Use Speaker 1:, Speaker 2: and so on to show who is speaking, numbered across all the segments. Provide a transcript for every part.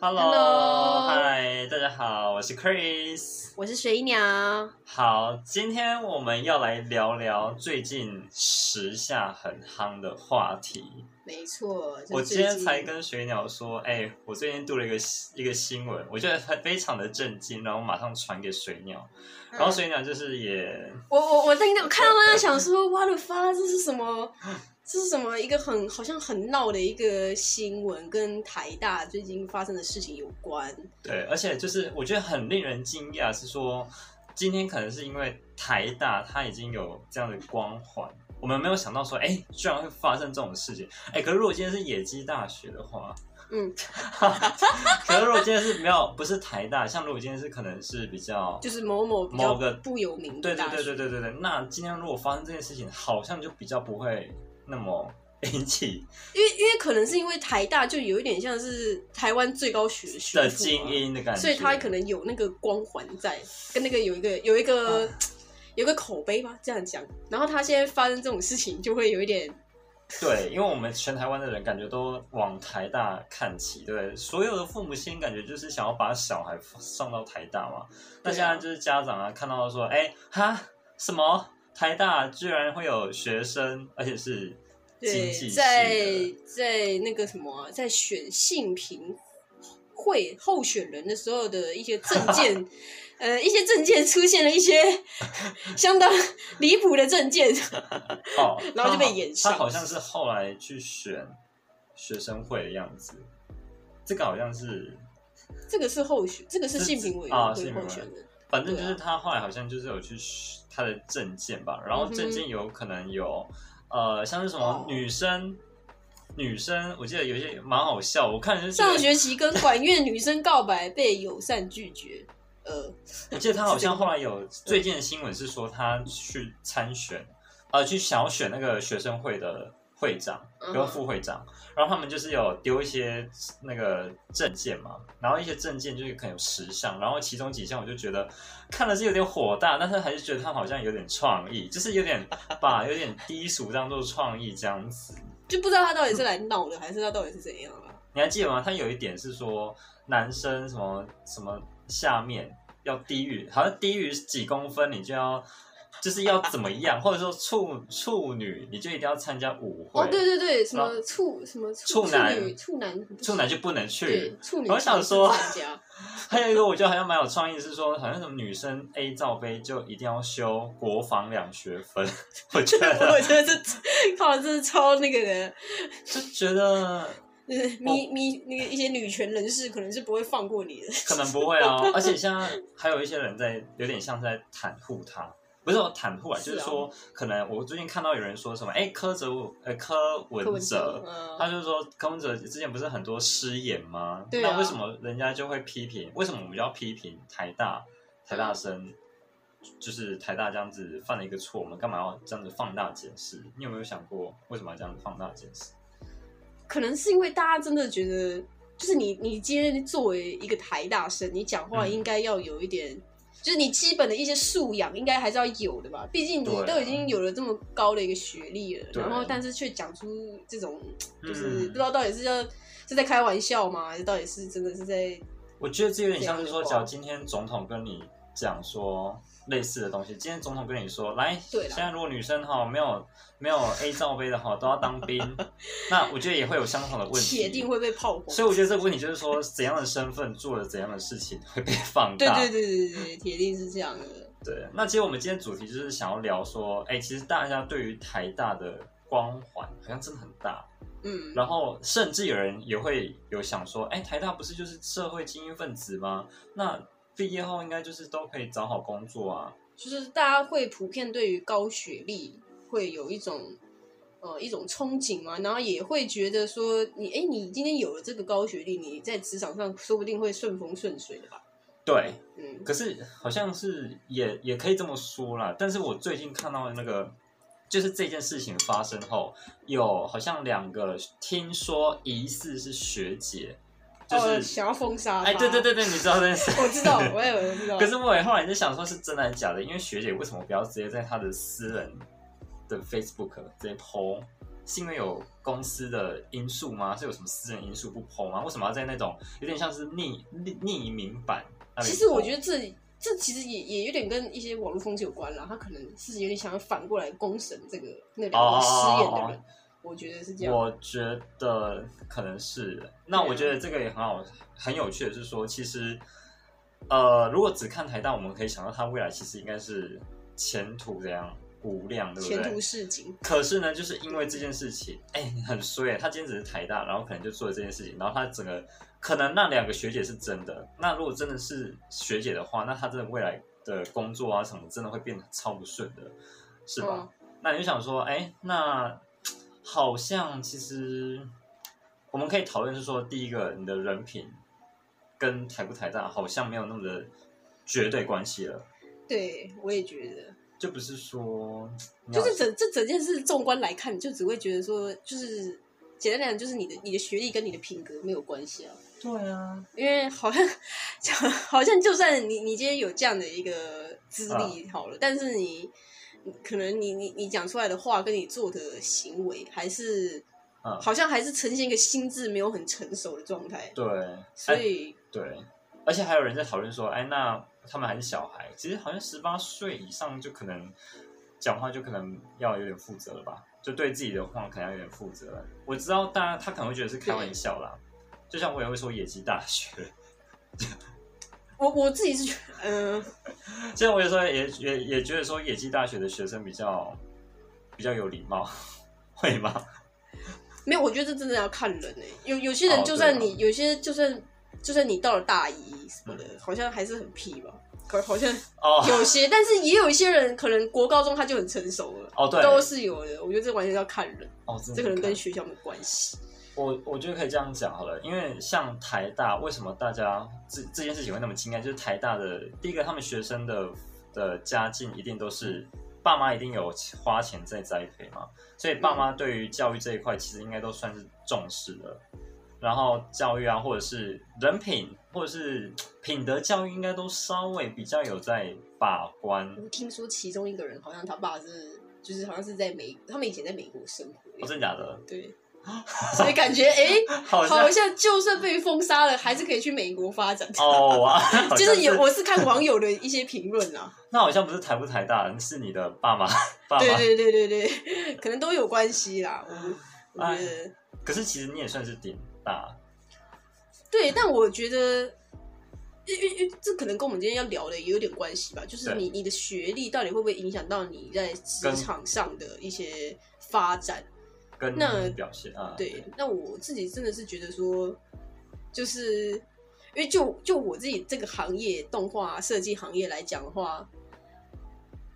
Speaker 1: Hello，
Speaker 2: Hello
Speaker 1: 嗨，大家好，我是 Chris。
Speaker 2: 我是水鸟，
Speaker 1: 好，今天我们要来聊聊最近时下很夯的话题。
Speaker 2: 没错。就是
Speaker 1: 我今天
Speaker 2: 最近嗯
Speaker 1: 才跟水鸟说，哎、我最近读了一个一个新闻，我觉得很非常的震惊，然后马上传给水鸟，
Speaker 2: 嗯
Speaker 1: 然后水鸟就是也
Speaker 2: 我我我在那我看到他想说，我的发，这是什么？这是什么一个很好像很闹的一个新闻，跟台大最近发生的事情有关。
Speaker 1: 对，而且就是我觉得很令人惊讶，是说今天可能是因为台大它已经有这样的光环，我们没有想到说，哎、居然会发生这种事情。哎、可是如果今天是野鸡大学的话，
Speaker 2: 嗯，
Speaker 1: 可是如果今天是没有不是台大，像如果今天是可能是比较
Speaker 2: 就是某某比较
Speaker 1: 某个
Speaker 2: 不有名
Speaker 1: 对
Speaker 2: 的
Speaker 1: 对
Speaker 2: 大
Speaker 1: 对
Speaker 2: 学，
Speaker 1: 对对对对，那今天如果发生这件事情，好像就比较不会那么引起
Speaker 2: 因为因为可能是因为台大就有一点像是台湾最高学府嘛
Speaker 1: 的精，英的感觉，
Speaker 2: 啊所以他可能有那个光环在，跟那个有一个有一个、
Speaker 1: 嗯
Speaker 2: 有一个口碑吧，这样讲。然后他现在发生这种事情，就会有一点
Speaker 1: 对，因为我们全台湾的人感觉都往台大看齐，对不对，所有的父母亲感觉就是想要把小孩上到台大嘛。那
Speaker 2: 对啊
Speaker 1: 现在就是家长啊，看到说，哎哈，什么台大居然会有学生，而且是经
Speaker 2: 对
Speaker 1: 济，系
Speaker 2: 在
Speaker 1: 的，
Speaker 2: 在那个什么，啊在选性平会候选人的时候的一些证 件，呃，一些证件出现了一些相当离谱的证件。
Speaker 1: 哦，
Speaker 2: 然后就
Speaker 1: 他
Speaker 2: 被
Speaker 1: 好
Speaker 2: 延
Speaker 1: 他
Speaker 2: 上
Speaker 1: 好像是后来去选学生会的样子，这个好像是，
Speaker 2: 这个是候选，这个是
Speaker 1: 这
Speaker 2: 性平委
Speaker 1: 啊
Speaker 2: 员
Speaker 1: 性
Speaker 2: 会
Speaker 1: 平委
Speaker 2: 候
Speaker 1: 员
Speaker 2: 选人。
Speaker 1: 反正就
Speaker 2: 对啊
Speaker 1: 是他后来好像就是有去选他的证件吧，然后证件有可能有、呃，像是什么
Speaker 2: 嗯哦
Speaker 1: 女生。女生，我记得有一些蛮好笑，我看就是
Speaker 2: 上学期跟管乐女生告白被友善拒绝，呃，
Speaker 1: 我记得他好像后来有最近的新闻是说他去参选，呃，去想要选那个学生会的会长
Speaker 2: 嗯
Speaker 1: 跟副会长，然后他们就是有丢一些那个证件嘛，然后一些证件就是可能有十项，然后其中几项我就觉得看了是有点火大，但是还是觉得他们好像有点创意，就是有点把有点低俗当做创意这样子。
Speaker 2: 就不知道他到底是来闹的，还是他到底是怎样啊？
Speaker 1: 你还记得吗？他有一点是说男生什么什么下面要低于，好像低于几公分你就要就是要怎么样，或者说处处女你就一定要参加舞会，
Speaker 2: 哦，对对对，什
Speaker 1: 然
Speaker 2: 么处什么
Speaker 1: 处男
Speaker 2: 女处男
Speaker 1: 处男就不能
Speaker 2: 对
Speaker 1: 去。
Speaker 2: 处女
Speaker 1: 我
Speaker 2: 是
Speaker 1: 想
Speaker 2: 不是
Speaker 1: 说
Speaker 2: 参加。
Speaker 1: 还有一个我觉得好像蛮有创意，是说好像什么女生 A 罩杯就一定要修国防两学分， 我觉
Speaker 2: 我
Speaker 1: 得
Speaker 2: 觉得这靠，这是超那个
Speaker 1: 哦
Speaker 2: 的，
Speaker 1: 就觉得
Speaker 2: 就是咪咪那个一些女权人士可能是不会放过你的。
Speaker 1: 可能不会哦， 而且现在还有一些人在有点像在袒护他，不是说袒护啊，
Speaker 2: 是
Speaker 1: 就
Speaker 2: 啊
Speaker 1: 是说可能我最近看到有人说什么，哎，柯哲呃柯文哲，他
Speaker 2: 嗯，
Speaker 1: 就说柯文哲之前不是很多失言吗？
Speaker 2: 对啊
Speaker 1: 那为什么人家就会批评？为什么我们就要批评台大台大生？就是台大这样子犯了一个错，我们干嘛要这样子放大解释？你有没有想过为什么要这样子放大解释？
Speaker 2: 可能是因为大家真的觉得，就是你你今天作为一个台大生，你讲话
Speaker 1: 嗯
Speaker 2: 应该要有一点。就是你基本的一些素养，应该还是要有的吧？毕竟你
Speaker 1: 对啊
Speaker 2: 都已经有了这么高的一个学历了，
Speaker 1: 对
Speaker 2: 然后但是却讲出这种，就是
Speaker 1: 嗯
Speaker 2: 不知道到底是要是在开玩笑吗？还是到底是真的是在
Speaker 1: 我觉得这有点像是说，
Speaker 2: 这样的话
Speaker 1: 假如今天总统跟你讲说类似的东西，今天总统跟你说，来，
Speaker 2: 对啦
Speaker 1: 现在如果女生哈没有没有 A 罩杯的哈，都要当兵， 那我觉得也会有相同的问题，
Speaker 2: 铁定。会被炮轰？
Speaker 1: 所以我觉得这个问题就是说，怎样的身份做了怎样的事情会被放
Speaker 2: 对
Speaker 1: 大。
Speaker 2: 对对对对，铁定是这样的。
Speaker 1: 对，那其实我们今天主题就是想要聊说，哎、其实大家对于台大的光环好像真的很大，
Speaker 2: 嗯，
Speaker 1: 然后甚至有人也会有想说，哎，台大不是就是社会精英分子吗？那毕业后应该就是都可以找好工作啊。
Speaker 2: 就是大家会普遍对于高学历会有一种呃一种憧憬嘛，然后也会觉得说你哎、你今天有了这个高学历，你在职场上说不定会顺风顺水的吧？
Speaker 1: 对，
Speaker 2: 嗯，
Speaker 1: 可是好像是也也可以这么说啦。但是我最近看到的那个，就是这件事情发生后，有好像两个听说疑似是学姐，就
Speaker 2: 哦
Speaker 1: 是
Speaker 2: 想要封杀他，。
Speaker 1: 哎、对对，对对，你知道这件事
Speaker 2: 我知 道，我也我知 道，
Speaker 1: 可是我也后来就想说，是真的还是假的？因为学姐为什么不要直接在她的私人的 Facebook 直接 PO 是因为有公司的因素吗？是有什么私人因素不剖吗？为什么要在那种有点像是匿匿匿名版那里 po？
Speaker 2: 其实我觉得这这其实也也有点跟一些网络风气有关啦，他可能是有点想要反过来攻审这个那两
Speaker 1: 哦
Speaker 2: 个失言的人，我觉得是这样。
Speaker 1: 我觉得可能是。那
Speaker 2: 对啊
Speaker 1: 我觉得这个也很好，很有趣的是说，其实，呃，如果只看台大，我们可以想到他未来其实应该是前途怎样无量，对不
Speaker 2: 前
Speaker 1: 对？
Speaker 2: 途似锦，
Speaker 1: 可是呢，就是因为这件事情，哎、很衰、他今天只是台大，然后可能就做了这件事情，然后他整个可能那两个学姐是真的。那如果真的是学姐的话，那她真的未来的工作啊什么，真的会变得超不顺的，是
Speaker 2: 嗯
Speaker 1: 吧？那你就想说，哎、那好像其实我们可以讨论是说，第一个，你的人品跟台不台大好像没有那么的绝对关系了，
Speaker 2: 对我也觉得。
Speaker 1: 就不是说你要
Speaker 2: 就是整这整件事纵观来看，你就只会觉得说，就是简单来讲，就是你的你的学历跟你的品格没有关系啊。
Speaker 1: 对啊，
Speaker 2: 因为好像就好像就算你你今天有这样的一个资历好了，但是你你可能你你你讲出来的话跟你做的行为还是。
Speaker 1: 嗯
Speaker 2: 好像还是呈现一个心智没有很成熟的状态，
Speaker 1: 对，
Speaker 2: 所以
Speaker 1: 对，而且还有人在讨论说，哎，那他们还是小孩，其实好像十八岁以上就可能讲话就可能要有点负责了吧，就对自己的话可能要有点负责了。我知道大家他可能会觉得是开玩笑啦，就像我也会说野鸡大学，
Speaker 2: 我我自己是觉得，嗯、
Speaker 1: 其实我有时候也也也觉得说野鸡大学的学生比较比较有礼貌， 会吗？
Speaker 2: 没有，我觉得这真的要看人诶、有有些人
Speaker 1: 哦
Speaker 2: 就
Speaker 1: 对
Speaker 2: 算
Speaker 1: 啊
Speaker 2: 你、有些就算就算你到了大一什么的，好像还是很屁吧，可好像
Speaker 1: 哦
Speaker 2: 有些，但是也有一些人可能国高中他就很成熟了，
Speaker 1: 哦，对，
Speaker 2: 都是有的。我觉得这完全要看人，
Speaker 1: 哦，真的
Speaker 2: 这可能
Speaker 1: 看
Speaker 2: 跟学校没关系。
Speaker 1: 我我觉得可以这样讲好了，因为像台大，为什么大家这这件事情会那么惊讶？就是台大的第一个，他们学生的的家境一定都是爸妈一定有花钱在栽培嘛，所以爸妈对于教育这一块其实应该都算是重视的。然后教育啊，或者是人品，或者是品德教育，应该都稍微比较有在把关。
Speaker 2: 我听说其中一个人好像他爸是，就是好像是在美，他们以前在美国生
Speaker 1: 哦，
Speaker 2: 活，欸
Speaker 1: 真的假的？
Speaker 2: 对，所以感觉诶，
Speaker 1: 好像
Speaker 2: 好像就算被封杀了，还是可以去美国发展。
Speaker 1: 哦 哇，好像
Speaker 2: 就是有
Speaker 1: 是
Speaker 2: 我是看网友的一些评论啊啦，
Speaker 1: 那好像不是台不台大，是你的爸妈爸妈
Speaker 2: 对对对对对， 可能都有关系啦。我我
Speaker 1: 哎
Speaker 2: 觉得。
Speaker 1: 可是其实你也算是顶大，
Speaker 2: 对，但我觉得，因因因这可能跟我们今天要聊的也有点关系吧，就是
Speaker 1: 对
Speaker 2: 你你的学历到底会不会影响到你在职
Speaker 1: 跟
Speaker 2: 场上的一些发展？
Speaker 1: 跟
Speaker 2: 那
Speaker 1: 表现啊，
Speaker 2: 对，那我自己真的是觉得说，就是因为就就我自己这个行业，动画设计行业来讲的话，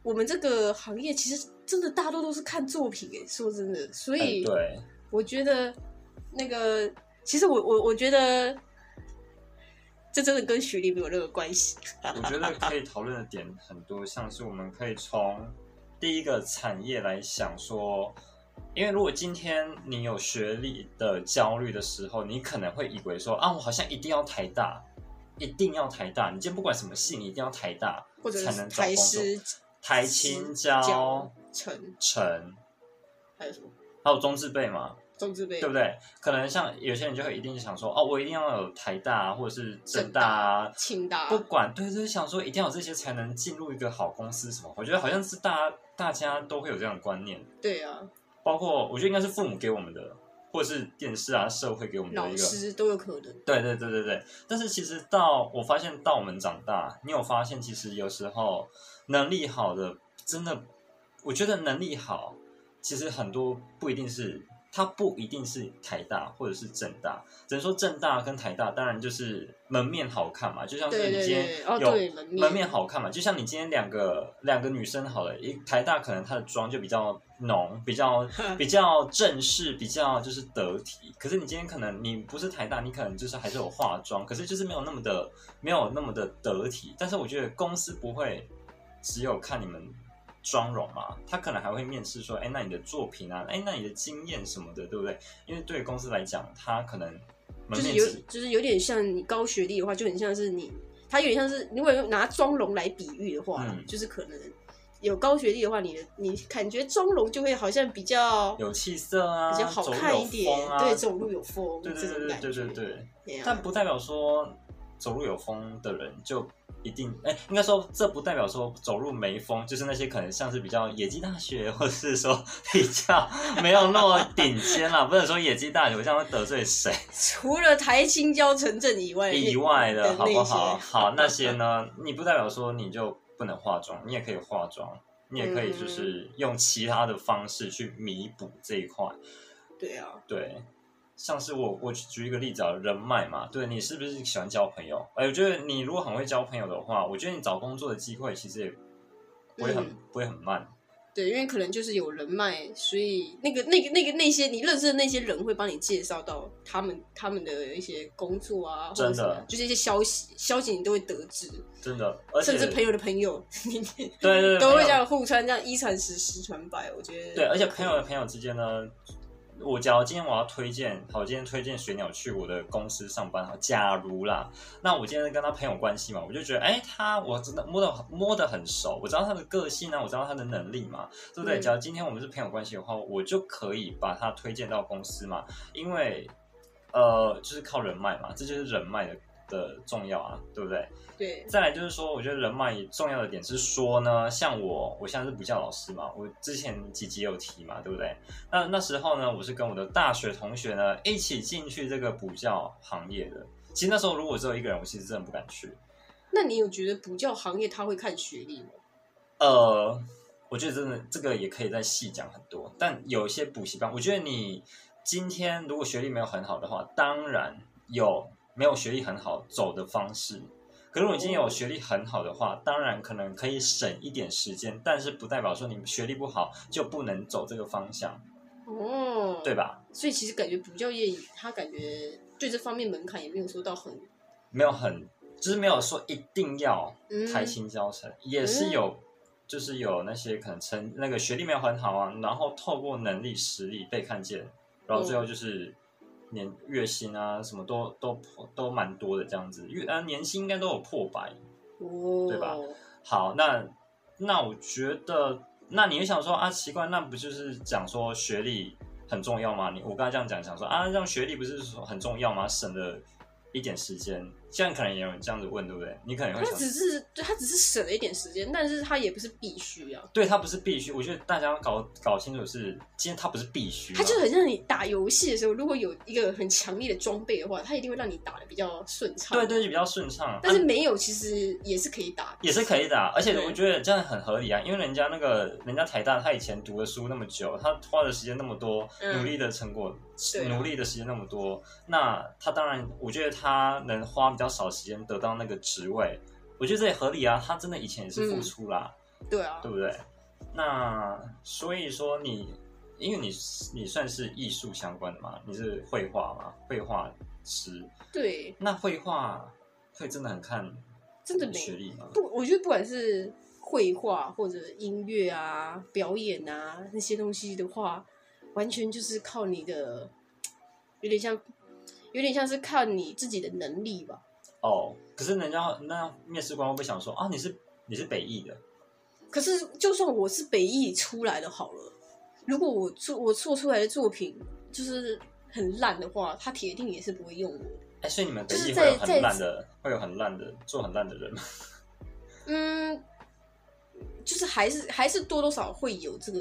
Speaker 2: 我们这个行业其实真的大多都是看作品诶、说真的，所
Speaker 1: 哎
Speaker 2: 以、
Speaker 1: 对，
Speaker 2: 我觉得那个，其实我我我觉得，这真的跟学历没有任何关系。
Speaker 1: 我觉得可以讨论的点很多，像是我们可以从第一个产业来想说，因为如果今天你有学历的焦虑的时候，你可能会以为说啊，我好像一定要台大，一定要台大，你今天不管什么系，你一定要台大
Speaker 2: 或者
Speaker 1: 才
Speaker 2: 是
Speaker 1: 能找
Speaker 2: 台
Speaker 1: 工作
Speaker 2: 师、
Speaker 1: 台青
Speaker 2: 交
Speaker 1: 交、
Speaker 2: 成，
Speaker 1: 成，
Speaker 2: 还有什么
Speaker 1: 还有中字辈嘛，
Speaker 2: 中字辈
Speaker 1: 对，不对？可能像有些人就会一定想说，哦，我一定要有台大啊或者是政大啊，
Speaker 2: 清大
Speaker 1: 不管对，就是想说一定要有这些才能进入一个好公司什么。我觉得好像是大家大家都会有这样的观念，
Speaker 2: 对啊，
Speaker 1: 包括我觉得应该是父母给我们的，或者是电视啊社会给我们的
Speaker 2: 老
Speaker 1: 一个。
Speaker 2: 师都有可能。
Speaker 1: 对对对对对，但是其实到我发现到我们长大，你有发现其实有时候能力好的真的，我觉得能力好其实很多不一定是它不一定是台大或者是政大，只能说政大跟台大当然就是门面好看嘛，就像是
Speaker 2: 对
Speaker 1: 你
Speaker 2: 对
Speaker 1: 今
Speaker 2: 对
Speaker 1: 天，
Speaker 2: 哦
Speaker 1: 有
Speaker 2: 对，门面
Speaker 1: 门面好看嘛，就像你今天两个两个女生好了，一台大可能她的妆就比较浓，比 较比较正式，比较就是得体。可是你今天可能你不是台大，你可能就是还是有化妆，可是就是没有那么的没有那么的得体。但是我觉得公司不会只有看你们妆容嘛，他可能还会面试说，哎，那你的作品啊，哎，那你的经验什么的，对不对？因为对于公司来讲，他可能门
Speaker 2: 就是
Speaker 1: 面
Speaker 2: 有
Speaker 1: 只
Speaker 2: 就是有点像你高学历的话，就很像是你，他有点像是如果用拿妆容来比喻的话，
Speaker 1: 嗯
Speaker 2: 就是可能有高学历的话，你的你感觉妆容就会好像比较
Speaker 1: 有气色啊，
Speaker 2: 比较好看一
Speaker 1: 走路有
Speaker 2: 点，
Speaker 1: 风啊
Speaker 2: 对，走路有风
Speaker 1: 对
Speaker 2: 这
Speaker 1: 对
Speaker 2: 种
Speaker 1: 对
Speaker 2: 感觉。
Speaker 1: 对对对。
Speaker 2: 对啊
Speaker 1: 但不代表说走路有风的人就一定，哎、应该说这不代表说走路没风，就是那些可能像是比较野鸡大学，或者是说比较没有那么顶尖啦， 不能说野鸡大学，我这样会得罪谁
Speaker 2: 除了台青交城镇以外
Speaker 1: 以外
Speaker 2: 的
Speaker 1: 的，好不
Speaker 2: 那些
Speaker 1: 好？好，那些呢，你不代表说你就不能化妆，你也可以化妆。你也可以
Speaker 2: 嗯
Speaker 1: 就是用其他的方式去弥补这一块，
Speaker 2: 对啊，
Speaker 1: 对，像是我我举一个例子啊，人脉嘛，对你是不是喜欢交朋友？哎，我觉得你如果很会交朋友的话，我觉得你找工作的机会其实也不会很、
Speaker 2: 嗯
Speaker 1: 不会很慢。
Speaker 2: 对，因为可能就是有人脉，所以那个、那个、那个那些你认识的那些人会帮你介绍到他们他们的一些工作啊，或者
Speaker 1: 真的
Speaker 2: 什么就是一些消息，消息你都会得知，
Speaker 1: 真的，而且
Speaker 2: 甚至朋友的朋友， 你
Speaker 1: 对对对
Speaker 2: 都会
Speaker 1: 朋友
Speaker 2: 这样互传，这样一传十，十传百，我觉得
Speaker 1: 对，而且朋友的朋友之间呢，我假如今天我要推荐，好，今天推荐水鸟去我的公司上班，好，假如啦，那我今天跟他朋友关系嘛，我就觉得，哎，他我真的摸的摸的很熟，我知道他的个性啊，我知道他的能力嘛，对不对？
Speaker 2: 嗯
Speaker 1: 假如今天我们是朋友关系的话，我就可以把他推荐到公司嘛，因为呃，就是靠人脉嘛，这就是人脉的的重要啊，对不对？
Speaker 2: 对
Speaker 1: 再来就是说，我觉得人脉重要的点是说呢，像我，我现在是补教老师嘛，我之前几集有提嘛，对不对？那那时候呢，我是跟我的大学同学呢一起进去这个补教行业的。其实那时候如果只有一个人，我其实真的不敢去。
Speaker 2: 那你有觉得补教行业他会看学历吗？
Speaker 1: 呃，我觉得真的这个也可以再细讲很多，但有一些补习班，我觉得你今天如果学历没有很好的话，当然有没有学历很好走的方式。可是我今天有学历很好的话，当然可能可以省一点时间，但是不代表说你学历不好就不能走这个方向，
Speaker 2: 哦，
Speaker 1: 对，吧？
Speaker 2: 所以其实感觉补教业他感觉对这方面门槛也没有说到很
Speaker 1: 没有很，就是没有说一定要
Speaker 2: 嗯
Speaker 1: 台青教程，也是有，就是有那些可能成那个学历没有很好啊，然后透过能力实力被看见，然后最后
Speaker 2: 嗯
Speaker 1: 就是年月薪啊什么都都都蛮多的这样子，月啊年薪应该都有破百。
Speaker 2: 哦，
Speaker 1: 对吧？好，那那我觉得，那你会想说啊，奇怪，那不就是讲说学历很重要吗？你我刚才这样讲，想说啊，让学历不是说很重要吗？省了一点时间，现在可能也有人这样子问，对不对？你可能会
Speaker 2: 他
Speaker 1: 想，
Speaker 2: 只是对他只是省了一点时间，但是他也不是必须啊。
Speaker 1: 对他不是必须，我觉得大家要搞搞清楚是，今天他不是必须嘛，
Speaker 2: 他就很像你打游戏的时候，如果有一个很强烈的装备的话，他一定会让你打的比较顺畅。
Speaker 1: 对对，就比较顺畅，
Speaker 2: 但是
Speaker 1: 啊
Speaker 2: 没有，其实也是可以打。
Speaker 1: 也是可以的啊，而且
Speaker 2: 对
Speaker 1: 我觉得这样很合理啊，因为人家那个人家台大，他以前读的书那么久，他花的时间那么多，
Speaker 2: 嗯
Speaker 1: 努力的成果，
Speaker 2: 对啊
Speaker 1: 努力的时间那么多，那他当然，我觉得他能花比较少时间得到那个职位，我觉得这也合理啊，他真的以前也是
Speaker 2: 嗯
Speaker 1: 付出啦，
Speaker 2: 对啊，
Speaker 1: 对不对？那所以说你，因为你你算是艺术相关的嘛，你是绘画嘛，绘画师，
Speaker 2: 对，
Speaker 1: 那绘画会真的很看
Speaker 2: 真的
Speaker 1: 学
Speaker 2: 没
Speaker 1: 历吗？
Speaker 2: 不，我觉得不管是绘画或者音乐啊、表演啊那些东西的话，完全就是靠你的，有点像，有点像是看你自己的能力吧。
Speaker 1: 哦，可是人家那面试官会不会想说啊，你是你是北艺的？
Speaker 2: 可是，就算我是北艺出来的好了，如果我做我做出来的作品就是很烂的话，他铁定也是不会用我的。
Speaker 1: 哎，所以你们北
Speaker 2: 就是
Speaker 1: 艺
Speaker 2: 在
Speaker 1: 会有
Speaker 2: 在
Speaker 1: 很烂的，会有很烂的做很烂的人吗？
Speaker 2: 嗯，就是还是还是多多少少会有这个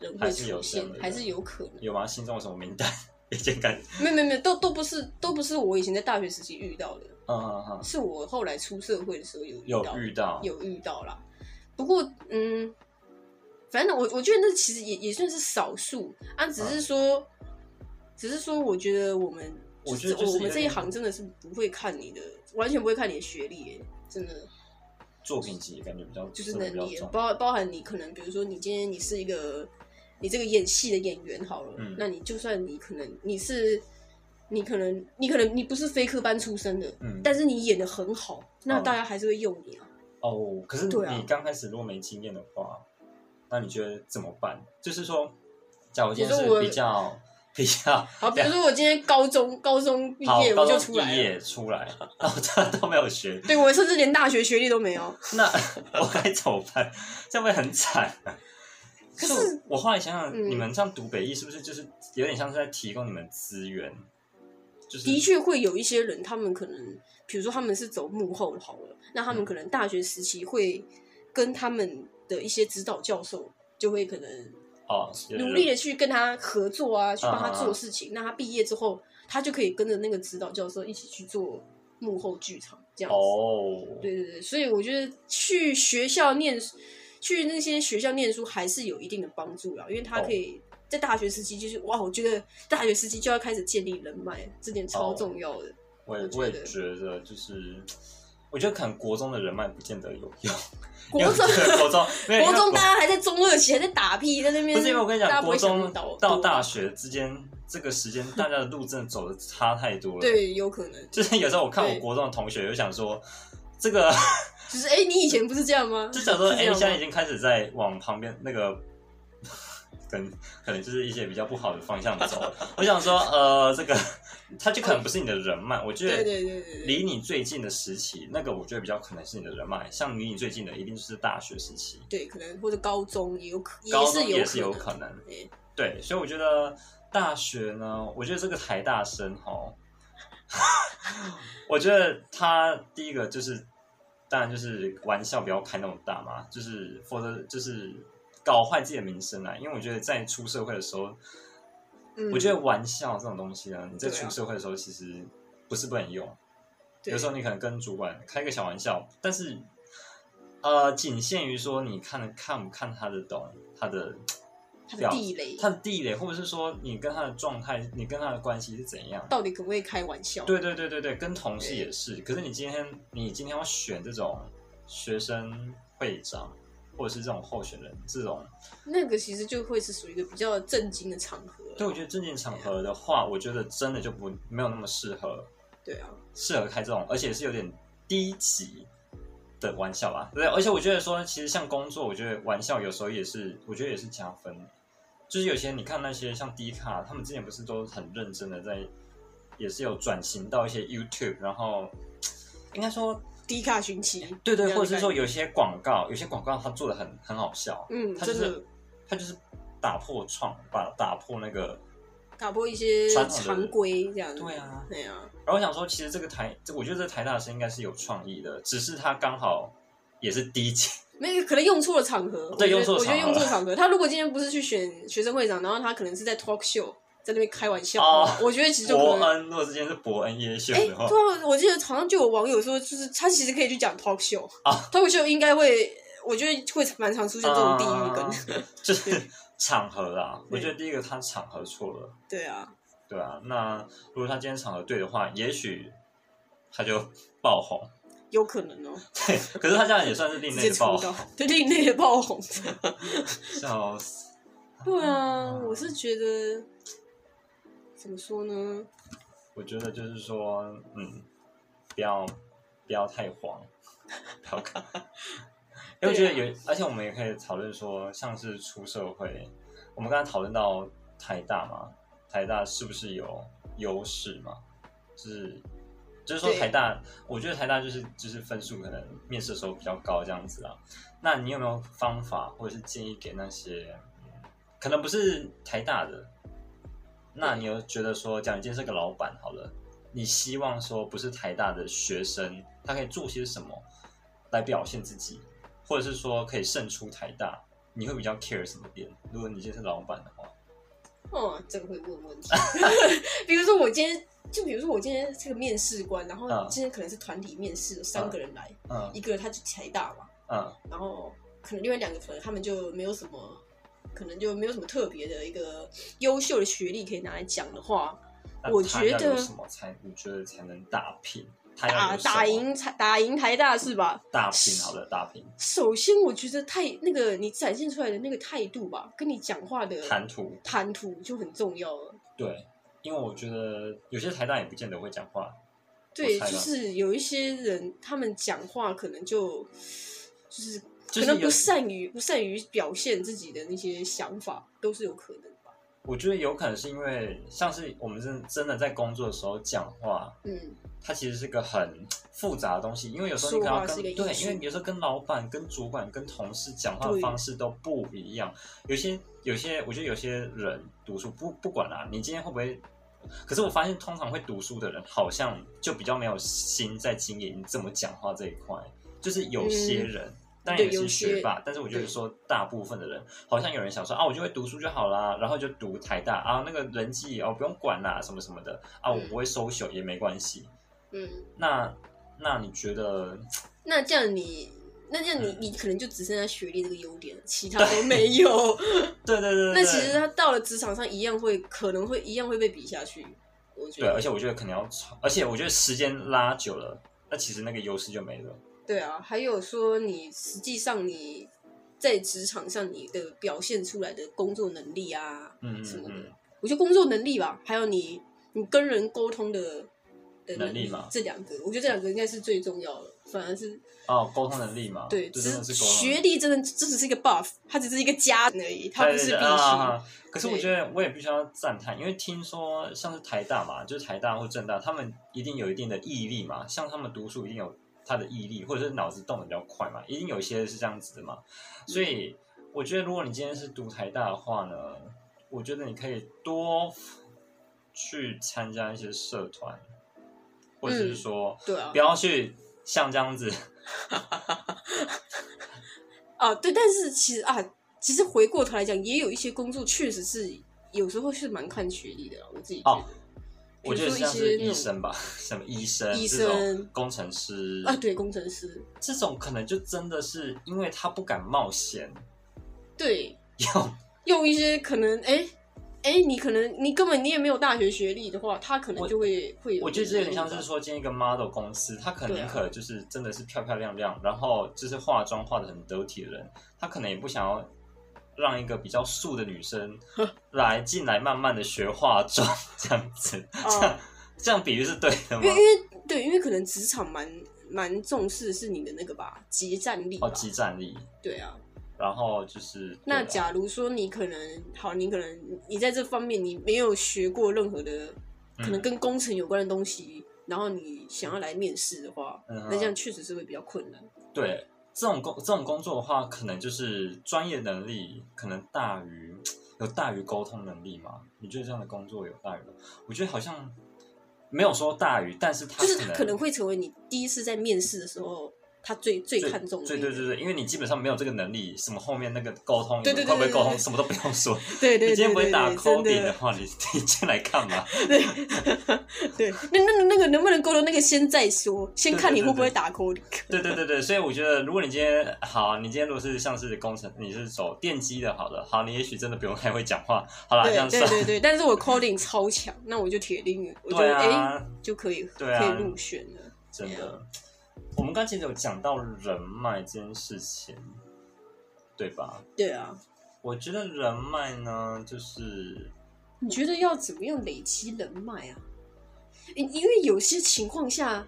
Speaker 2: 人会
Speaker 1: 还是有这样
Speaker 2: 出现
Speaker 1: 的，人
Speaker 2: 还是有可能。
Speaker 1: 有吗？心中有什么名单？ 一见感，
Speaker 2: 没有没有没有，都都不是都不是我以前在大学时期遇到的，
Speaker 1: 嗯嗯嗯，
Speaker 2: 是我后来出社会的时候有遇
Speaker 1: 有
Speaker 2: 到的
Speaker 1: 遇到，
Speaker 2: 有遇到啦。不过，嗯，反正我我觉得那其实也也算是少数啊，只是说，只是说，我觉得我们
Speaker 1: 我觉
Speaker 2: 就哦
Speaker 1: 得就是
Speaker 2: 我们
Speaker 1: 有
Speaker 2: 这一
Speaker 1: 点
Speaker 2: 行真的是不会看你的，完全不会看你的学历耶，真的
Speaker 1: 作品集，感觉比较
Speaker 2: 就是
Speaker 1: 真的
Speaker 2: 能
Speaker 1: 比较
Speaker 2: 力耶，
Speaker 1: 重。
Speaker 2: 包包含你可能，比如说你今天你是一个你这个演戏的演员好了，
Speaker 1: 嗯
Speaker 2: 那你就算你可能你是你可能你可能你不是非科班出身的，
Speaker 1: 嗯，
Speaker 2: 但是你演的很好，那
Speaker 1: 哦
Speaker 2: 大家还是会用你啊。
Speaker 1: 哦，可是
Speaker 2: 对啊
Speaker 1: 你刚开始如果没经验的话，那你觉得怎么办？就是说，假如今
Speaker 2: 你
Speaker 1: 天
Speaker 2: 说
Speaker 1: 是
Speaker 2: 我
Speaker 1: 比较比较
Speaker 2: 好，比如说我今天高中高中毕
Speaker 1: 好
Speaker 2: 业，我
Speaker 1: 高
Speaker 2: 就
Speaker 1: 中
Speaker 2: 出来
Speaker 1: 毕
Speaker 2: 了，
Speaker 1: 业出来，然后真的都没有学，
Speaker 2: 对我甚至连大学学历都没有。
Speaker 1: 那 我该怎么办？这样会很惨。可是我后来想想，
Speaker 2: 嗯
Speaker 1: 你们这样读北艺是不是就是有点像是在提供你们资源？就是
Speaker 2: 的确会有一些人，他们可能，比如说他们是走幕后好了，那他们可能大学时期会跟他们的一些指导教授就会可能
Speaker 1: 哦，有
Speaker 2: 努
Speaker 1: 人
Speaker 2: 力的去跟他合作啊，去帮他
Speaker 1: 啊
Speaker 2: 做事情。那他毕业之后，他就可以跟着那个指导教授一起去做幕后剧场这样子。
Speaker 1: 哦，
Speaker 2: 对对对，所以我觉得去学校念书，去那些学校念书还是有一定的帮助啦，因为他
Speaker 1: 哦
Speaker 2: 可以在大学时期就是哇，我觉得大学时期就要开始建立人脉，这点超
Speaker 1: 哦
Speaker 2: 重要的。
Speaker 1: 我
Speaker 2: 我
Speaker 1: 也
Speaker 2: 觉
Speaker 1: 我也
Speaker 2: 得
Speaker 1: 觉得就是。我觉得可能国中的人脉不见得有用，
Speaker 2: 国
Speaker 1: 因为
Speaker 2: 中
Speaker 1: 对国 中没有
Speaker 2: 国
Speaker 1: 因为
Speaker 2: 中大家还在中二期，还在打屁，在那边
Speaker 1: 不是因为我跟你
Speaker 2: 大家
Speaker 1: 讲，
Speaker 2: 不
Speaker 1: 国
Speaker 2: 会想
Speaker 1: 中
Speaker 2: 到
Speaker 1: 到大学之间这个时间，大家的路真的走的差太多了。，
Speaker 2: 对，有可能
Speaker 1: 就是有时候我看我
Speaker 2: 对
Speaker 1: 国中的同学，就想说这个
Speaker 2: 就是哎、你以前不是这样吗？
Speaker 1: 就想说，
Speaker 2: 是
Speaker 1: 哎、
Speaker 2: 这样
Speaker 1: 现在已
Speaker 2: 吗
Speaker 1: 经开始在往旁边那个，跟可能就是一些比较不好的方向走。我想说，呃，这个他就可能不是你的人脉，我觉
Speaker 2: 对
Speaker 1: 得
Speaker 2: 对对对对
Speaker 1: 离你最近的时期，那个我觉得比较可能是你的人脉，像离你最近的一定就是大学时期，
Speaker 2: 对，可能或者高中也有可，
Speaker 1: 高中
Speaker 2: 也
Speaker 1: 也
Speaker 2: 是
Speaker 1: 是
Speaker 2: 有
Speaker 1: 有
Speaker 2: 可
Speaker 1: 可
Speaker 2: 能。
Speaker 1: 能。
Speaker 2: 对
Speaker 1: 对，所以我觉得大学呢，我觉得这个台大生哈，我觉得他第一个就是，当然就是玩笑不要开那么大嘛，就是否则就是搞坏自己的名声啊。因为我觉得在出社会的时候，
Speaker 2: 嗯
Speaker 1: 我觉得玩笑这种东西呢，你在
Speaker 2: 对啊
Speaker 1: 出社会的时候其实不是不能用，
Speaker 2: 对
Speaker 1: 有时候你可能跟主管开个小玩笑，但是呃，仅限于说你看看不看他的懂他的
Speaker 2: 他的
Speaker 1: 表
Speaker 2: 地雷
Speaker 1: 他的地雷，或者是说你跟他的状态，你跟他的关系是怎样？
Speaker 2: 到底可不可以开玩笑？
Speaker 1: 对对对对对，跟同事
Speaker 2: 对
Speaker 1: 也是。可是你今天你今天要选这种学生会长，或者是这种候选人，这种
Speaker 2: 那个其实就会是属于一个比较震惊的场合。
Speaker 1: 对我觉得正经场合的话，我觉得真的就不没有那么适合
Speaker 2: 对啊，
Speaker 1: 适合开这种，而且是有点低级的玩笑吧。对，而且我觉得说，其实像工作，我觉得玩笑有时候也是，我觉得也是加分。就是有些你看那些像迪卡，他们之前不是都很认真的在，也是有转型到一些 YouTube，然后应该说
Speaker 2: 低卡寻奇，
Speaker 1: 对
Speaker 2: 一
Speaker 1: 对，
Speaker 2: 样的
Speaker 1: 或者是说
Speaker 2: 概念
Speaker 1: 有些广告，有些广告它做的很很好笑，
Speaker 2: 嗯，
Speaker 1: 它就
Speaker 2: 真的
Speaker 1: 是它就是打破创，把打破那个
Speaker 2: 打破一些
Speaker 1: 传统的
Speaker 2: 常规这样。
Speaker 1: 对啊，
Speaker 2: 对啊，
Speaker 1: 然后我想说，其实这个台，这我觉得这台大生应该是有创意的，只是他刚好也是低级。
Speaker 2: 没有可能用错了场合。
Speaker 1: 对
Speaker 2: 我觉得
Speaker 1: 用错场合
Speaker 2: 我觉得用错场合。他如果今天不是去选学生会长，然后他可能是在 talk show 在那边开玩笑，
Speaker 1: 哦
Speaker 2: 我觉得其实就
Speaker 1: 伯
Speaker 2: 可能。
Speaker 1: 恩，如果之前是伯恩耶秀
Speaker 2: 哎，
Speaker 1: 的
Speaker 2: 对
Speaker 1: 话，
Speaker 2: 啊，我记得好像就有网友说，就是他其实可以去讲 talk show
Speaker 1: 啊
Speaker 2: ，talk show 应该会，我觉得会蛮常出现这种地域
Speaker 1: 啊
Speaker 2: 梗。
Speaker 1: 就是场合啦。
Speaker 2: 对
Speaker 1: 我觉得第一个他场合错了，
Speaker 2: 对啊，
Speaker 1: 对啊。那如果他今天场合对的话，也许他就爆红。
Speaker 2: 有可能哦，
Speaker 1: 对，可是他这样也算是另
Speaker 2: 直
Speaker 1: 类
Speaker 2: 接
Speaker 1: 的
Speaker 2: 出
Speaker 1: 爆红
Speaker 2: 道，， 对另类的 爆红。
Speaker 1: 笑死。
Speaker 2: 对啊，我是觉得怎么说呢？
Speaker 1: 我觉得就是说，嗯，不要不要太慌，不要看。因为我觉得有，而且我们也可以讨论说，像是出社会，我们刚才讨论到台大嘛，台大是不是有优势嘛？就是就是说
Speaker 2: 对
Speaker 1: 台大，我觉得台大就是就是分数可能面试的时候比较高这样子啊。那你有没有方法或者是建议给那些嗯可能不是台大的？那你有觉得说，假如你今天是个老板好了，你希望说不是台大的学生，他可以做些什么来表现自己，或者是说可以胜出台大？你会比较 care 什么点？如果你今天是老板的话，
Speaker 2: 哦，这个会问 问题。 比如说我今天，就比如说我今天这个面试官，然后
Speaker 1: 嗯
Speaker 2: 今天可能是团体面试，三个人来，
Speaker 1: 嗯
Speaker 2: 一个他就台大嘛，
Speaker 1: 嗯
Speaker 2: 然后可能另外两个可能他们就没有什么，可能就没有什么特别的一个优秀的学历可以拿来讲的话，，
Speaker 1: 那
Speaker 2: 我
Speaker 1: 他
Speaker 2: 觉
Speaker 1: 要
Speaker 2: 得
Speaker 1: 有什么才你觉得才能打平？他要有
Speaker 2: 打
Speaker 1: 什么
Speaker 2: 啊打赢才打赢台大是吧？
Speaker 1: 大平好了，大平
Speaker 2: 首先，我觉得态那个你展现出来的那个态度吧，跟你讲话的
Speaker 1: 谈吐
Speaker 2: 谈吐就很重要了。
Speaker 1: 对，因为我觉得有些台大也不见得会讲话，
Speaker 2: 对，
Speaker 1: 我猜
Speaker 2: 就
Speaker 1: 啦
Speaker 2: 是有一些人，他们讲话可能就就是
Speaker 1: 就是
Speaker 2: 可能
Speaker 1: 有
Speaker 2: 不善于不善于表现自己的那些想法，都是有可能吧。
Speaker 1: 我觉得有可能是因为像是我们真真的在工作的时候讲话，
Speaker 2: 嗯，
Speaker 1: 它其实是个很复杂的东西，因为有时候你可能要
Speaker 2: 说话是
Speaker 1: 跟
Speaker 2: 一个
Speaker 1: 对
Speaker 2: 艺，术
Speaker 1: 因为有时候跟老板、跟主管、跟同事讲话的
Speaker 2: 对
Speaker 1: 方式都不一样。有些有些，我觉得有些人读书不不管啦、你今天会不会？可是我发现，通常会读书的人好像就比较没有心在经营怎么讲话这一块，就是有些
Speaker 2: 嗯
Speaker 1: 人。当然
Speaker 2: 对
Speaker 1: 也是
Speaker 2: 有
Speaker 1: 学
Speaker 2: 些
Speaker 1: 霸，但是我觉得
Speaker 2: 对
Speaker 1: 说大部分的人，好像有人想说啊，我就会读书就好啦，然后就读台大啊，那个人际哦不用管啦，什么什么的啊，我
Speaker 2: 嗯
Speaker 1: 不会 social 也没关系。
Speaker 2: 嗯，
Speaker 1: 那那你觉得？
Speaker 2: 那这样你，那这样
Speaker 1: 嗯
Speaker 2: 你，你可能就只剩下学历这个优点，其他都没有。
Speaker 1: 对对对对
Speaker 2: 那其实
Speaker 1: 对
Speaker 2: 他到了职场上，一样会可能会一样会被比下去。我觉
Speaker 1: 对，啊而
Speaker 2: 得，
Speaker 1: 且我觉得可能要长，而且我觉得时间拉久了，那其实那个优势就没了。
Speaker 2: 对啊，还有说你实际上你在职场上你的表现出来的工作能力啊，
Speaker 1: 嗯
Speaker 2: 什
Speaker 1: 嗯
Speaker 2: 么的
Speaker 1: 嗯，
Speaker 2: 我觉得工作能力吧，还有你你跟人沟通的的
Speaker 1: 能力
Speaker 2: 力
Speaker 1: 嘛
Speaker 2: 这两个，我觉得这两个应该是最重要的，反而是
Speaker 1: 哦，沟通能力嘛，
Speaker 2: 对，
Speaker 1: 这
Speaker 2: 只
Speaker 1: 真的是沟通啊
Speaker 2: 学历真的这只是一个 buff，它只是一个加而已，它
Speaker 1: 对
Speaker 2: 不
Speaker 1: 对
Speaker 2: 是
Speaker 1: 对
Speaker 2: 必须。
Speaker 1: 啊可是我
Speaker 2: 对
Speaker 1: 觉得我也必须要赞叹，因为听说像是台大嘛，就是台大或政大，他们一定有一定的毅力嘛，像他们读书一定有他的毅力，或者是脑子动的比较快嘛，一定有一些是这样子的嘛。
Speaker 2: 嗯
Speaker 1: 所以我觉得，如果你今天是读台大的话呢，我觉得你可以多去参加一些社团，或者是
Speaker 2: 嗯
Speaker 1: 说、
Speaker 2: 对啊
Speaker 1: 不，要去像这样子，
Speaker 2: 啊，对，但是其实啊，其实回过头来讲，也有一些工作确实是有时候是蛮看学历的啦，我自己觉
Speaker 1: 哦
Speaker 2: 得。比
Speaker 1: 我
Speaker 2: 如
Speaker 1: 觉得
Speaker 2: 说
Speaker 1: 像
Speaker 2: 一些
Speaker 1: 是
Speaker 2: 那
Speaker 1: 医
Speaker 2: 种
Speaker 1: 生吧，什么医生、
Speaker 2: 医
Speaker 1: 这种
Speaker 2: 生
Speaker 1: 工程师
Speaker 2: 啊，对，工程师，
Speaker 1: 这种可能就真的是因为他不敢冒险，
Speaker 2: 对，
Speaker 1: 要
Speaker 2: 用一些可能，哎哎，你可能你根本你也没有大学学历的话，他可能就会会有。
Speaker 1: 我觉得这有点像是，说，今天一个 model 公司，他可能
Speaker 2: 对
Speaker 1: 宁
Speaker 2: 啊
Speaker 1: 可就是真的是漂漂亮亮，然后就是化妆化的很得体的人，他可能也不想要让一个比较素的女生来进来慢慢的学化妆这样子， 这样、
Speaker 2: 哦
Speaker 1: 这样比喻是对的
Speaker 2: 因
Speaker 1: 吗
Speaker 2: 为？因为对，因为可能职场蛮蛮重视是你的那个吧，集战力吧
Speaker 1: 哦，，啊集战力，
Speaker 2: 对啊。
Speaker 1: 然后就是
Speaker 2: 那
Speaker 1: 讲
Speaker 2: 假如说你可能好，你可能你在这方面你没有学过任何的
Speaker 1: 嗯
Speaker 2: 可能跟工程有关的东西，然后你想要来面试的话，
Speaker 1: 嗯哼
Speaker 2: 那这样确实是会比较困难。
Speaker 1: 对这种工这种工作的话，可能就是专业能力可能大于有大于沟通能力嘛？你觉得这样的工作有大于吗？我觉得好像没有说大于，但是他
Speaker 2: 就是
Speaker 1: 可
Speaker 2: 它
Speaker 1: 能
Speaker 2: 可能会成为你第一次在面试的时候，他最最
Speaker 1: 最
Speaker 2: 看重的
Speaker 1: 对
Speaker 2: 那
Speaker 1: 对
Speaker 2: 个。
Speaker 1: 对对，因为你基本上没有这个能力，什么后面那个沟通，
Speaker 2: 对对
Speaker 1: 你会不会
Speaker 2: 对对
Speaker 1: 沟通，
Speaker 2: 对
Speaker 1: 什么都不用说。
Speaker 2: 对对对，
Speaker 1: 你今天不会打
Speaker 2: 对对
Speaker 1: coding 的
Speaker 2: 真的
Speaker 1: 话，你 你进来干嘛？
Speaker 2: 对对，那那那个能不能沟通，那个先再说，先看
Speaker 1: 对对
Speaker 2: 你
Speaker 1: 对
Speaker 2: 会不会
Speaker 1: 对
Speaker 2: 打 coding。
Speaker 1: 对对对对，所以我觉得，如果你今天好，啊你今天如果是像是工程，你是走电机的，好的，好，你也许真的不用太会讲话，好啦，这样
Speaker 2: 对
Speaker 1: 算
Speaker 2: 对 对对，但是我 coding 超强，那我就铁定，我就
Speaker 1: 对
Speaker 2: 哎、
Speaker 1: 啊
Speaker 2: 就可以
Speaker 1: 对啊
Speaker 2: 可以入选了。
Speaker 1: 真
Speaker 2: 啊
Speaker 1: 的。我们刚才其实有讲到人脉这件事情，对吧？
Speaker 2: 对啊，
Speaker 1: 我觉得人脉呢，就是
Speaker 2: 你觉得要怎么样累积人脉啊？因因为有些情况下，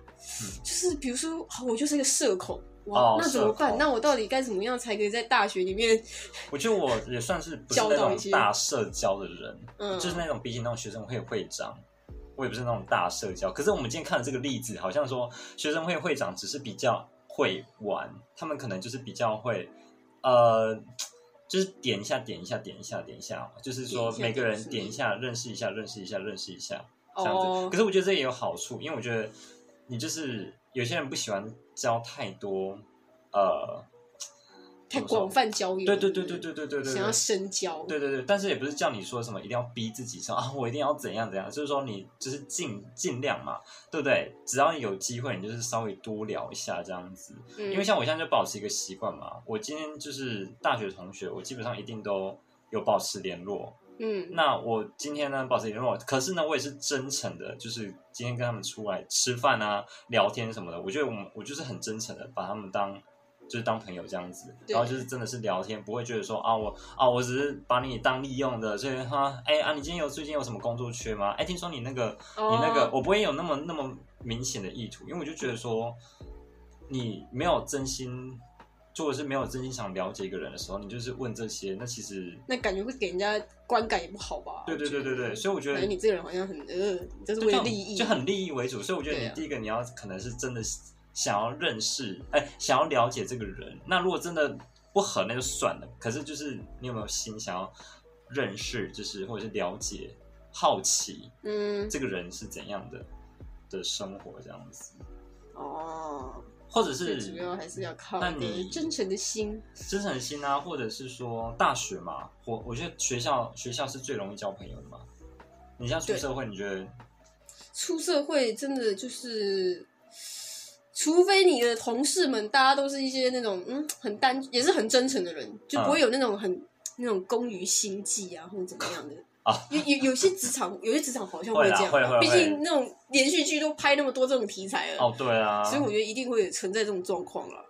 Speaker 2: 就是比如说，好我就是一个社恐，
Speaker 1: 嗯
Speaker 2: 哇，
Speaker 1: 哦
Speaker 2: 那怎么
Speaker 1: 社
Speaker 2: 办？
Speaker 1: 恐
Speaker 2: 那我到底该怎么样才可以在大学里面，
Speaker 1: 我觉得我也算是不是
Speaker 2: 交
Speaker 1: 那
Speaker 2: 到
Speaker 1: 种
Speaker 2: 一些
Speaker 1: 大社交的人，
Speaker 2: 嗯，
Speaker 1: 就是那种比起那种学生会会长，我也不是那种大社交。可是我们今天看的这个例子，好像说学生会会长只是比较会玩，他们可能就是比较会，呃，就是点一下点一下点一下点一下，哦就是说
Speaker 2: 点一下
Speaker 1: 每个人
Speaker 2: 点
Speaker 1: 点一
Speaker 2: 一
Speaker 1: 下认识一下认识一下认识一下这样子。
Speaker 2: 哦
Speaker 1: 可，是我觉得这也有好处，因为我觉得你就是有些人不喜欢交太多，呃，
Speaker 2: 太广泛交友，
Speaker 1: 对对对对对对对对，
Speaker 2: 想要深交，
Speaker 1: 对对对，但是也不是叫你说什么一定要逼自己说啊，我一定要怎样怎样，就是说你就是尽尽量嘛，对不对？只要你有机会，你就是稍微多聊一下这样子。
Speaker 2: 嗯，
Speaker 1: 因为像我现在就保持一个习惯嘛，我今天就是大学同学，我基本上一定都有保持联络。
Speaker 2: 嗯
Speaker 1: 那我今天呢保持联络，可是呢我也是真诚的，就是今天跟他们出来吃饭啊、聊天什么的，我觉得我们我就是很真诚的把他们当。就是当朋友这样子，
Speaker 2: 对
Speaker 1: 然后就是真的是聊天，不会觉得说啊我啊我只是把你当利用的，所以哈哎啊你今天有最近有什么工作缺吗？哎听说你那个你那个，
Speaker 2: 哦
Speaker 1: 我不会有那么那么明显的意图，因为我就觉得说，你没有真心如果是没有真心想了解一个人的时候，你就是问这些，那其实
Speaker 2: 那感觉会给人家观感也不好吧？
Speaker 1: 对对对对对，所以我觉
Speaker 2: 感
Speaker 1: 得
Speaker 2: 觉你这个人好像很呃，你这是
Speaker 1: 就这
Speaker 2: 为了
Speaker 1: 样
Speaker 2: 利益，
Speaker 1: 就很利益为主。所以我觉得
Speaker 2: 对
Speaker 1: 你
Speaker 2: 啊
Speaker 1: 第一个你要可能是真的想要认识，哎、想要了解这个人。那如果真的不合，那就算了。可是就是你有没有心想要认识，就是或者是了解、好奇
Speaker 2: 嗯
Speaker 1: 这个人是怎样的的生活这样子，
Speaker 2: 哦，
Speaker 1: 或者
Speaker 2: 最
Speaker 1: 是
Speaker 2: 主要还是要靠
Speaker 1: 那
Speaker 2: 一个
Speaker 1: 你
Speaker 2: 真诚的心，
Speaker 1: 真诚的心啊，或者是说大学嘛，我我觉得学校学校是最容易交朋友的嘛。你像出
Speaker 2: 对
Speaker 1: 社会，你觉得
Speaker 2: 出社会真的就是，除非你的同事们大家都是一些那种嗯很单也是很真诚的人，就
Speaker 1: 嗯
Speaker 2: 不会有那种很、那种工于心计啊或者怎么 样的。
Speaker 1: 啊
Speaker 2: 有有有些职场，有些职场好像
Speaker 1: 会
Speaker 2: 这
Speaker 1: 啦
Speaker 2: 样
Speaker 1: 会会会
Speaker 2: 吧，毕竟那种连续剧都拍那么多这种题材了，
Speaker 1: 哦，对啊，
Speaker 2: 所以我觉得一定会有存在这种状况了。
Speaker 1: 哎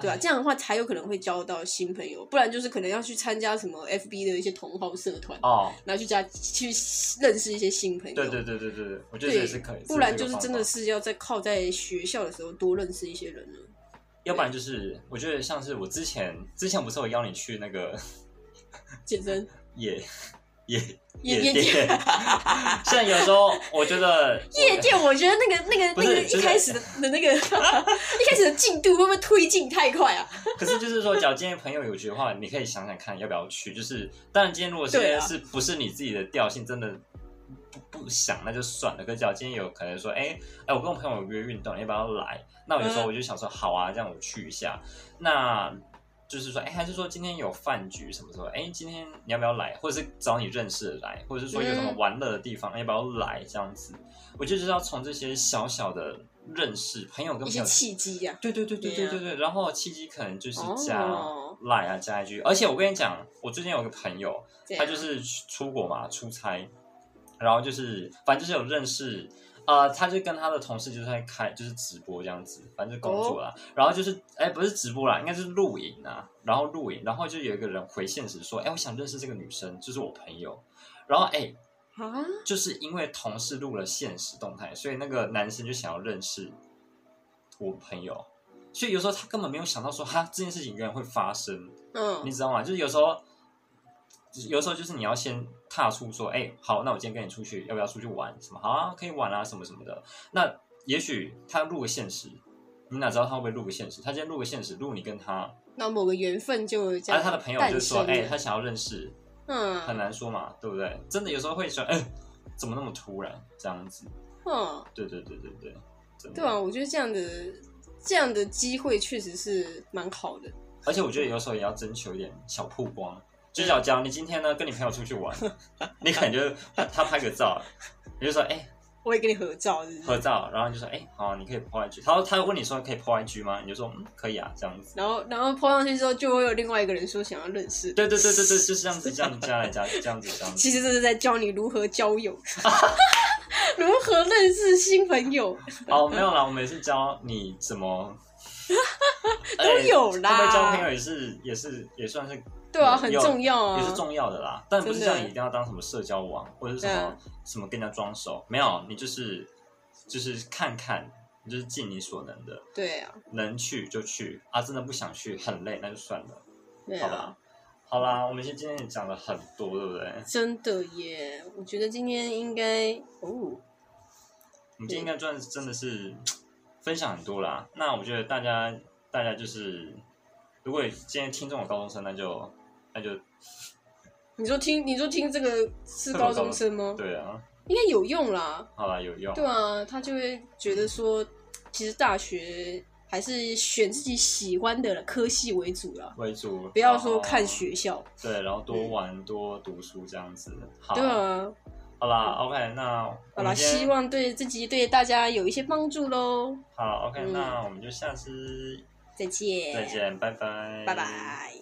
Speaker 2: 对啊，这样的话才有可能会交到新朋友，不然就是可能要去参加什么 FB 的一些同好社团，
Speaker 1: 哦，
Speaker 2: 然后去加去认识一些新朋友。
Speaker 1: 对对对对对，我觉得
Speaker 2: 对，
Speaker 1: 这也是可以，
Speaker 2: 不然就是真的
Speaker 1: 是
Speaker 2: 是要在靠在学校的时候多认识一些人了。
Speaker 1: 这个方法，要不然就是我觉得像是我之前之前不是有邀你去那个
Speaker 2: 健身
Speaker 1: 夜夜
Speaker 2: 夜
Speaker 1: 夜
Speaker 2: 夜
Speaker 1: 店
Speaker 2: 店，
Speaker 1: 现在有时候我觉得
Speaker 2: 夜店，我觉得那个那
Speaker 1: 不
Speaker 2: 个
Speaker 1: 是
Speaker 2: 那个
Speaker 1: 就是
Speaker 2: 一开始的的 那个一开始的进度会不会推进太快啊？
Speaker 1: 可是就是说，假如今天朋友有局的话，你可以想想看要不要去。就是，当然今天如果今
Speaker 2: 对
Speaker 1: 天
Speaker 2: 啊
Speaker 1: 是不是你自己的调性，真的不不想那就算了。可是假如今天有可能说，哎、哎、我跟我朋友约运动，你要不要来？那我有时候
Speaker 2: 嗯
Speaker 1: 我就想说，好啊，这样我去一下。那就是说，哎、还是说今天有饭局什么什么？哎、今天你要不要来？或者是找你认识的来，或者是说有什么
Speaker 2: 嗯
Speaker 1: 玩乐的地方，要不要来？这样子，我觉得就是要从这些小小的认识朋友跟
Speaker 2: 一
Speaker 1: 朋
Speaker 2: 些
Speaker 1: 友
Speaker 2: 契机啊呀、
Speaker 1: 对对对对对
Speaker 2: Yeah
Speaker 1: 对对，然后契机可能就是加
Speaker 2: 哦
Speaker 1: line 啊，加一句。而且我跟你讲，我最近有个朋友，
Speaker 2: 这样
Speaker 1: 他就是出国嘛，出差，然后就是反正就是有认识，呃，他就跟他的同事就是在开就是直播这样子，反正就是工作
Speaker 2: 哦
Speaker 1: 啦。然后就是哎，不是直播啦，应该是录影啊，然后录影，然后就有一个人回现实说，哎，我想认识这个女生，就是我朋友。然后哎，
Speaker 2: 啊，
Speaker 1: 就是因为同事录了现实动态，所以那个男生就想要认识我朋友，所以有时候他根本没有想到说哈这件事情原来会发生，你
Speaker 2: 嗯，
Speaker 1: 知道吗？就是有时候，有时候就是你要先踏出说，哎、好，那我今天跟你出去，要不要出去玩？什么好啊，可以玩啊，什么什么的。那也许他录个现实，你哪知道他会不会录个现实？他今天录个现实，录你跟他，
Speaker 2: 那某个缘分就这
Speaker 1: 而、
Speaker 2: 样
Speaker 1: 啊、他的朋友就说，
Speaker 2: 诞
Speaker 1: 哎、
Speaker 2: 生了
Speaker 1: 他想要认识，很
Speaker 2: 嗯
Speaker 1: 难说嘛，对不对？真的有时候会说，哎、怎么那么突然这样子？
Speaker 2: 嗯，
Speaker 1: 对对对对对，真的
Speaker 2: 对啊，。我觉得这样的这样的机会确实是蛮好的。
Speaker 1: 而且我觉得有时候也要征求一点小曝光，就小江，你今天呢跟你朋友出去 玩，你可能就他拍个照，你就说哎、
Speaker 2: 我也跟你合照，是不
Speaker 1: 合
Speaker 2: 是？
Speaker 1: 照，然后你就说哎、好、你可以 po IG，他说他问你说可以 po IG 吗？你就说嗯可以啊这样子。
Speaker 2: 然后然后抛上去之后，就会有另外一个人说想要认识。
Speaker 1: 对对对对对，就是这样子，这样子加来加去，这样子这样子。
Speaker 2: 其实这是在教你如何交友， 如何认识新朋友，
Speaker 1: 哦，没有啦，我们也是教你怎么
Speaker 2: 都有
Speaker 1: 哎会不
Speaker 2: 啦。
Speaker 1: 会交朋友也是也是也算是
Speaker 2: 对啊，
Speaker 1: 有
Speaker 2: 很重要啊。
Speaker 1: 也是重要的啦，但不是
Speaker 2: 真的嗯
Speaker 1: 叫你一定要当什么社交王或者是什么、
Speaker 2: 对
Speaker 1: 什么跟人家装熟，没有，你就是就是看看，你就是尽你所能的，
Speaker 2: 对啊，
Speaker 1: 能去就去啊，真的不想去很累那就算了，
Speaker 2: 对
Speaker 1: 好
Speaker 2: 啊
Speaker 1: 吧，。好啦，我们今天也讲了很多，对不对？
Speaker 2: 真的耶！我觉得今天应该哦，
Speaker 1: 我们今天应该算是真的是分享很多啦。那我觉得大家大家就是，如果今天听众有高中生，那就那就
Speaker 2: 你说听你说听这个是高中生吗？
Speaker 1: 对啊，
Speaker 2: 应该有用啦。
Speaker 1: 好啦，有用。
Speaker 2: 对啊，他就会觉得说，其实大学还是选自己喜欢的科系为主啦，
Speaker 1: 为主，
Speaker 2: 不要说看
Speaker 1: 然后
Speaker 2: 学校。
Speaker 1: 对，然后多玩、多读书这样子。好，
Speaker 2: 对啊，
Speaker 1: 好啦，OK，那
Speaker 2: 好
Speaker 1: 我
Speaker 2: 啦，
Speaker 1: 们今天
Speaker 2: 希望对自己对大家有一些帮助喽。
Speaker 1: 好，OK，、
Speaker 2: 嗯
Speaker 1: 那我们就下次
Speaker 2: 再见，
Speaker 1: 再，见，拜拜，
Speaker 2: 拜拜。